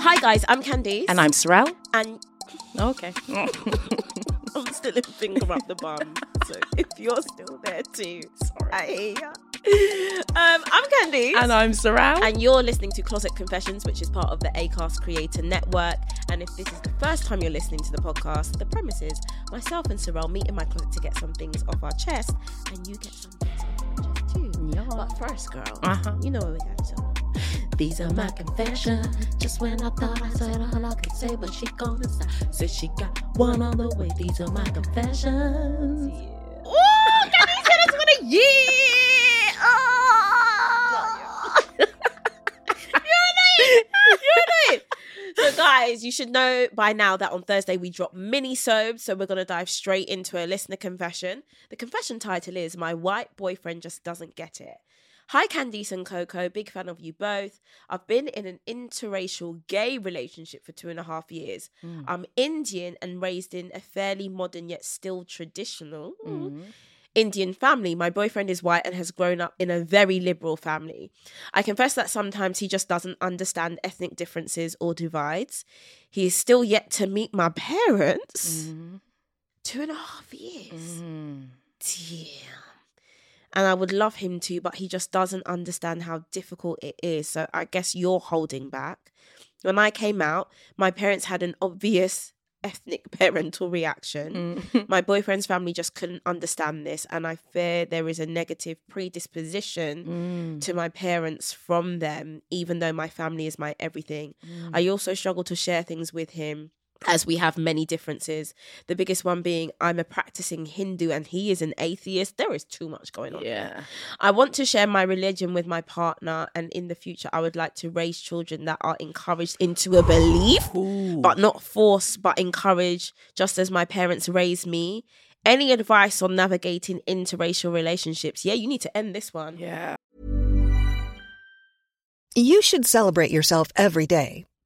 Hi guys, I'm Candice. And I'm Sorrel. and Okay. I'm still in finger up the bum. So if you're still there too, sorry. I hear ya. Um, I'm Candice. and I'm Sorrel. and you're listening to Closet Confessions, which is part of the ACAST Creator Network. And if this is the first time you're listening to the podcast, the premise is myself and Sorrel meet in my closet to get some things off our chest, and you get some things off your chest too. Yeah. But first, girl, Uh-huh. you know where we got to. These are my confessions. Just when I thought I said all I could say, but she gone inside. Said she got one on the way. These are my confessions. Oh, Kenny's hit us with a year. Oh. You're an eight. You're an eight. So, guys, you should know by now that on Thursday we drop mini sobes. So, we're going to dive straight into a listener confession. The confession title is My White Boyfriend Just Doesn't Get It. Hi, Candice and Coco. Big fan of you both. I've been in an interracial gay relationship for two and a half years. I'm Indian and raised in a fairly modern yet still traditional. Indian family. My boyfriend is white and has grown up in a very liberal family. I confess that sometimes he just doesn't understand ethnic differences or divides. He is still yet to meet my parents. Two and a half years. Damn. And I would love him to, but he just doesn't understand how difficult it is. So I guess you're holding back. When I came out, my parents had an obvious ethnic parental reaction. My boyfriend's family just couldn't understand this, and I fear there is a negative predisposition to my parents from them, even though my family is my everything. I also struggle to share things with him. As we have many differences, the biggest one being I'm a practicing Hindu and he is an atheist. There is too much going on. yeah. I want to share my religion with my partner, and in the future, I would like to raise children that are encouraged into a belief, but not forced, but encouraged, just as my parents raised me. Any advice on navigating interracial relationships? Yeah, you need to end this one. Yeah. You should celebrate yourself every day,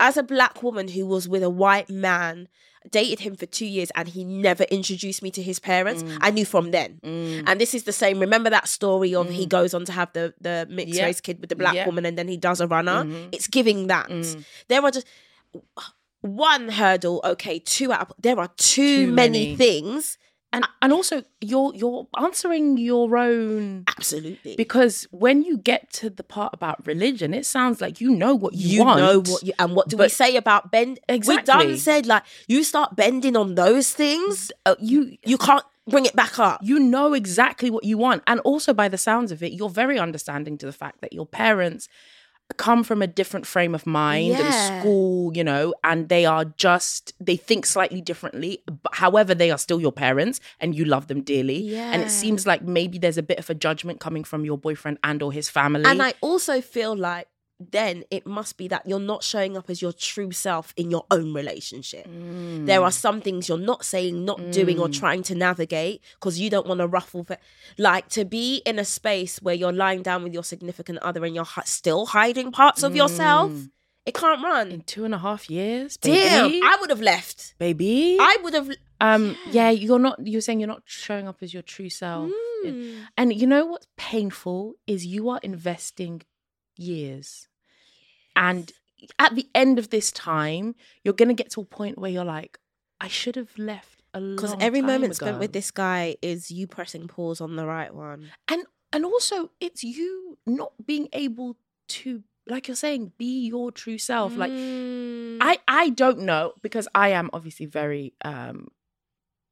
As a black woman who was with a white man, dated him for two years, and he never introduced me to his parents. Mm. I knew from then. And this is the same. Remember that story of he goes on to have the the mixed Mm. Yeah. race kid with the black Yeah. Mm-hmm. Mm. woman, and then he does a runner. It's giving that. There are just one hurdle. Okay, two out. Of, there are too, Too many. many. things. And and also you're you're answering your own Absolutely. because when you get to the part about religion, it sounds like you know what you, you want. know what you and what do we but- say about bend Exactly. we done said like you start bending on those things Uh, you you can't bring it back up you know exactly what you want. And also, by the sounds of it, you're very understanding to the fact that your parents come from a different frame of mind Yeah. and school, you know, and they are just, they think slightly differently. But however, they are still your parents and you love them dearly. And Yeah. it seems like maybe there's a bit of a judgment coming from your boyfriend and or his family. and i also feel like then it must be that you're not showing up as your true self in your own relationship. There are Mm. some things you're not saying, not doing, or trying to navigate because you don't want to ruffle. Fe- like to be in a space where you're lying down with your significant other and you're hi- still hiding parts of yourself, Mm. it can't in run. two and a half years, Damn, baby. I would have left. baby. I would have. um, yeah, you're not. You're saying you're not showing up as your true self. Hmm. And you know what's painful is you are investing years. And at the end of this time, you're going to get to a point where you're like, I should have left a long Because every time moment spent ago. with this guy is you pressing pause on the right one. And and also it's you not being able to like you're saying be your true self. Like Mm. I I don't know because I am obviously very um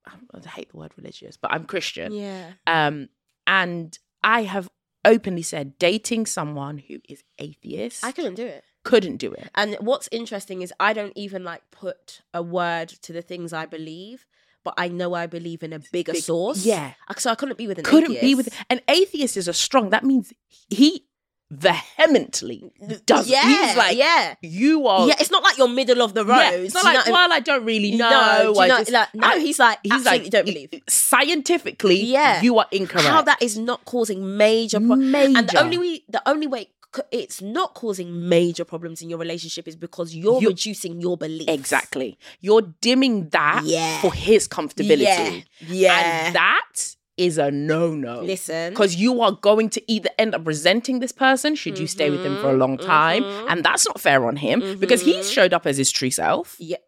I hate the word religious, but I'm Christian. Yeah. Um, and I have openly said dating someone who is atheist I couldn't do it. couldn't do it. And what's interesting is I don't even like put a word to the things I believe, but I know I believe in a bigger Big- source. yeah. Uh, So I couldn't be with an couldn't be with atheist. an atheist is a strong that means he vehemently does it. Yeah, he's like yeah. you are Yeah, it's not like you're middle of the road. Oh. Yeah, it's not like, well, I don't really know. No, do you I know- just- like, no, I- he's like, absolutely don't believe. Scientifically, Yeah. you are incorrect. how that is not causing major problems. And Major. the only way, the only way c- it's not causing major problems in your relationship is because you're You- reducing your beliefs. Exactly. You're dimming that Yeah. for his comfortability. Yeah. Yeah. And that is a no no. Listen. Because you are going to either end up resenting this person should you stay with him for a Mm-hmm, long time. And that's not fair on him because he's showed up as his true self. Yeah.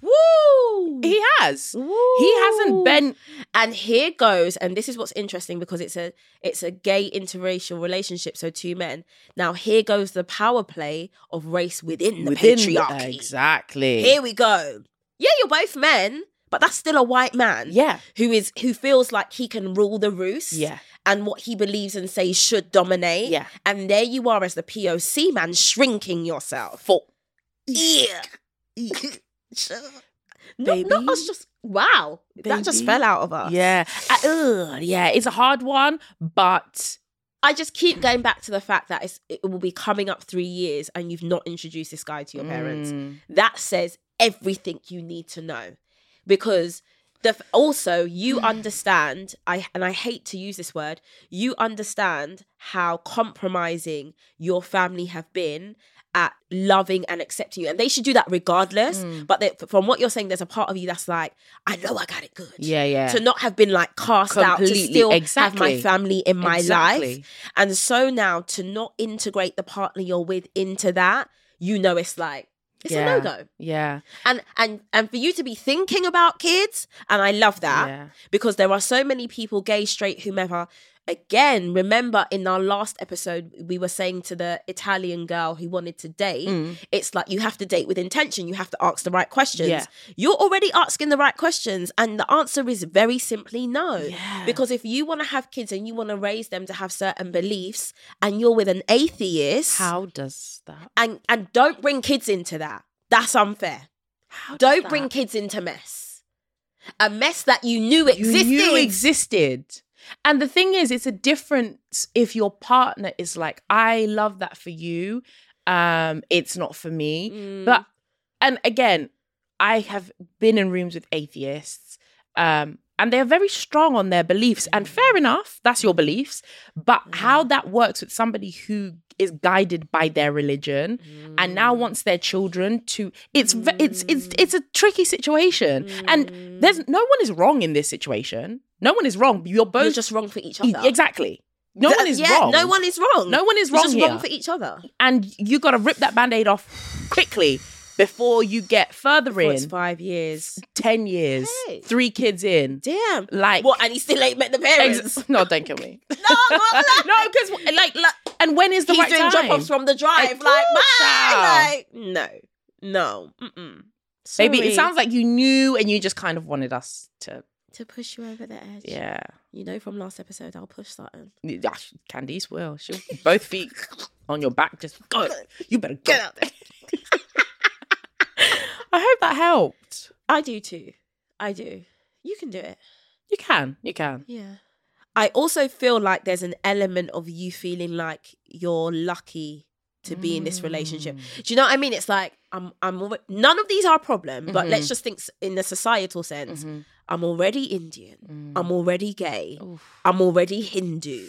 Woo! He has. He hasn't Woo. been. And here goes, and this is what's interesting because it's a it's a gay interracial relationship, so two men. Now here goes the power play of race within the patriarchy. Exactly. Here we go. Yeah, you're both men, but that's still a white man. Yeah. Who is who feels like he can rule the roost. Yeah. And what he believes and says should dominate. Yeah. And there you are as the POC man shrinking yourself. For Yeah. No, Baby. not us just wow. That just Baby. fell out of us. Yeah. Uh, ugh, yeah, it's a hard one, but I just keep going back to the fact that it's, it will be coming up three years and you've not introduced this guy to your parents. mm, That says everything you need to know because the f- also you Mm. understand I and I hate to use this word you understand how compromising your family have been at loving and accepting you and they should do that regardless Mm. but they, from what you're saying there's a part of you that's like I know I got it good Yeah, yeah. to not have been like cast out to Completely, still have my exactly. family in my Exactly. life and so now to not integrate the partner you're with into that, you know it's like it's yeah, a no go. Yeah. And and and for you to be thinking about kids, and I love that Yeah. because there are so many people, gay, straight, whomever. Again, remember in our last episode, we were saying to the Italian girl who wanted to date, Mm. it's like you have to date with intention. You have to ask the right questions. Yeah. You're already asking the right questions, and the answer is very simply no. Because if you want to have kids and you want to raise them to have certain beliefs, and you're with an atheist, How does that? and and don't bring kids into that. That's unfair. How does Don't bring that- kids into mess. A mess that you knew You knew existed. existed. And the thing is, it's a difference if your partner is like, I love that for you. Um, it's not for me. But and again, I have been in rooms with atheists, um, and they're very strong on their beliefs. And Mm. fair enough, that's your beliefs. But how that works with somebody who is guided by their religion and Mm. now wants their children to it's ve- it's it's it's a tricky situation. And there's no one is wrong in this situation. No one is wrong. You're both Mm. e, You're just wrong for each other. Exactly. No Th- one is yeah, wrong. No one is wrong. No one is We're wrong Just here. wrong for each other. and you got to rip that band-aid off quickly before you get further Well, in it's five years. 10 years Hey. three kids in Damn. Like- what? And he still ain't met the parents. Ex- no don't kill me no, I'm not no because like, like and when is the he's right doing time drop offs from the drive. Of Like, bye. course, child. Like, no, no. Mm-mm. baby Sorry. it sounds like you knew and you just kind of wanted us to to push you over the edge. yeah you know from last episode, I'll push something. Yeah, she- Candice will she'll both feet on your back just go you better go Get out there. I hope that helped I do too. I do. You can do it. you can you can Yeah. I also feel like there's an element of you feeling like you're lucky to be in this relationship. Do you know what I mean? It's like I'm I'm alre- none of these are a problem, but let's just think s- in the societal sense. I'm already Indian. I'm already gay. I'm already Hindu.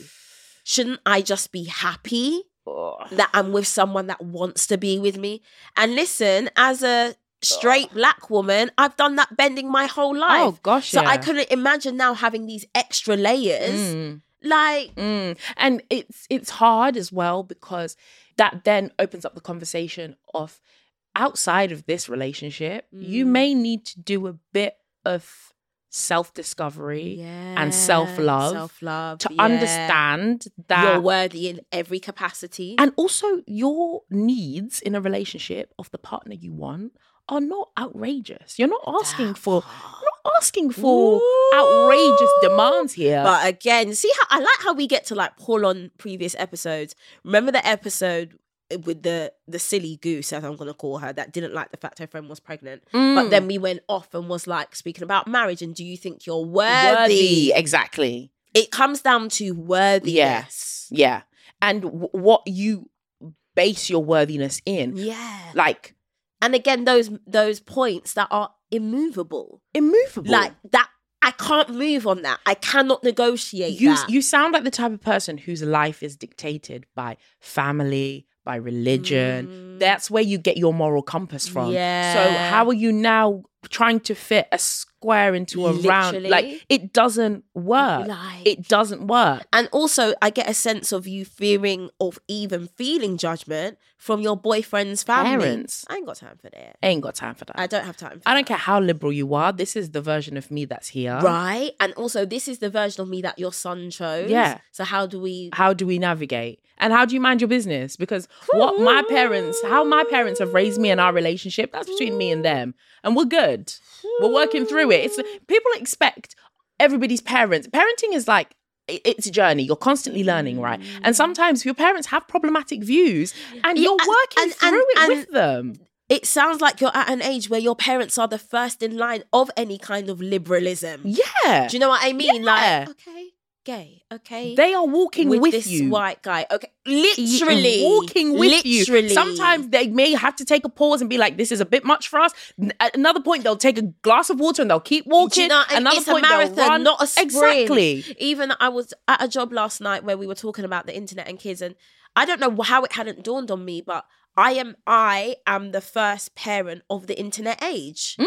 Shouldn't I just be happy that I'm with someone that wants to be with me? And listen, as a straight black woman, I've done that bending my whole life. Oh, gosh, So I yeah. couldn't imagine now having these extra layers. Like Mm. And it's it's hard as well because that then opens up the conversation of outside of this relationship, Mm. you may need to do a bit of self discovery and self love Self-love, to yeah. understand that you're worthy in every capacity. and also your needs in a relationship of the partner you want are not outrageous. You're not asking for you're not asking for outrageous demands here. but again, see how I like how we get to like pull on previous episodes. Remember the episode with the the silly goose, as I'm gonna call her, that didn't like the fact her friend was pregnant. Mm. But then we went off and was like speaking about marriage and do you think you're worthy? exactly. It comes down to worthiness. Yeah. And w- what you base your worthiness in. Yeah. Like And again, those those points that are immovable. immovable. Like that I can't move on that. I cannot negotiate you that. you sound like the type of person whose life is dictated by family, by religion. That's where you get your moral compass from. So Mm. Yeah. how are you now trying to fit a square into a round? Literally. Like it doesn't work. Like- It doesn't work. And also, I get a sense of you fearing of even feeling judgment from your boyfriend's family. Parents. I ain't got time for that. Ain't got time for that. I don't have time for I don't care how liberal you are. This is the version of me that's here. that. Right? And also, this is the version of me that your son chose. Yeah. So, how do we. how do we navigate and how do you mind your business because what my parents how my parents have raised me in our relationship that's between me and them and we're good we're working through it it's people expect everybody's parents parenting is like i- it's a journey you're constantly learning right and sometimes your parents have problematic views Mm. and Yeah, you're and- working and- and- through it and- with them It sounds like you're at an age where your parents are the first in line of any kind of liberalism. yeah Do you know what I mean? Yeah. Like, okay, gay, okay. they are walking with, this you white guy. Okay, literally walking with literally. you. Sometimes they may have to take a pause and be like, "This is a bit much for us." N- At another point, they'll take a glass of water and they'll keep Do walking. you know, and another it's point, a they'll marathon, run. not a sprint. Exactly. Even I was at a job last night where we were talking about the internet and kids, and I don't know how it hadn't dawned on me, but I am I am the first parent of the internet age.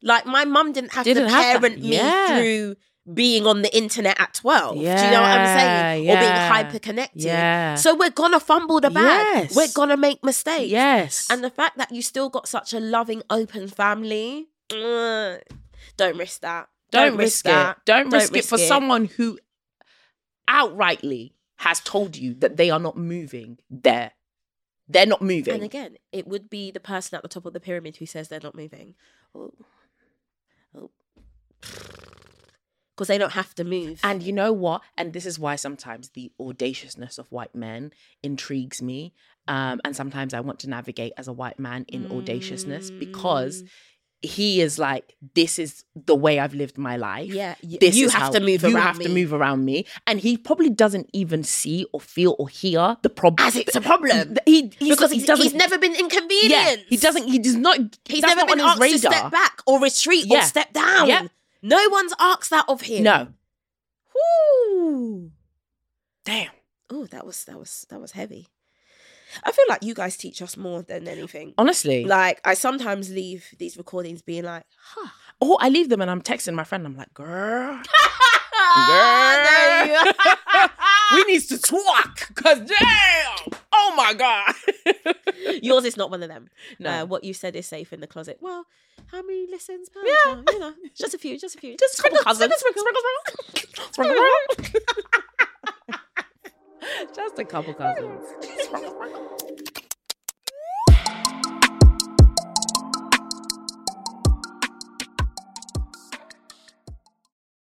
Like my mum didn't have Mm. Didn't to have that. parent me Yeah. through being on the internet at 12. Do you know what I'm saying? Yeah, Or being yeah. hyper connected. Yeah. So we're gonna fumble the bag. Yes. We're gonna make mistakes. Yes. And the fact that you still got such a loving, open family, mm, don't risk that. don't, risk, that. it. Don't, risk, it for risk someone who outrightly has told you that they are not moving there. They're not moving. And again, it would be the person at the top of the pyramid who says they're not moving. Because they don't have to move. And you know what? And this is why sometimes the audaciousness of white men intrigues me. Um, and sometimes I want to navigate as a white man in audaciousness because Mm. he is like, this is the way I've lived my life. Yeah, y- this you is have how- to move you around have to me." move around me, and he probably doesn't even see or feel or hear the problem As it's a problem. He he's, because he he's, doesn't. he's never been inconvenienced. Yeah, he doesn't. He does not. He's that's never not been on asked his radar. to step back or retreat or Yeah. step down. Yep. No one's asked that of him. No. Woo. Damn. Oh, that was that was that was heavy. I feel like you guys teach us more than anything. Honestly, Like I sometimes leave these recordings being like, huh. Or I leave them and I'm texting my friend. I'm like, girl. Ah, there you we needs to talk. Cause damn. Oh my God. Yours is not one of them. No. Uh, what you said is safe in the closet. Well, how many listens? Per yeah, you know, just a few, just a few, just a couple cousins. Just a couple cousins.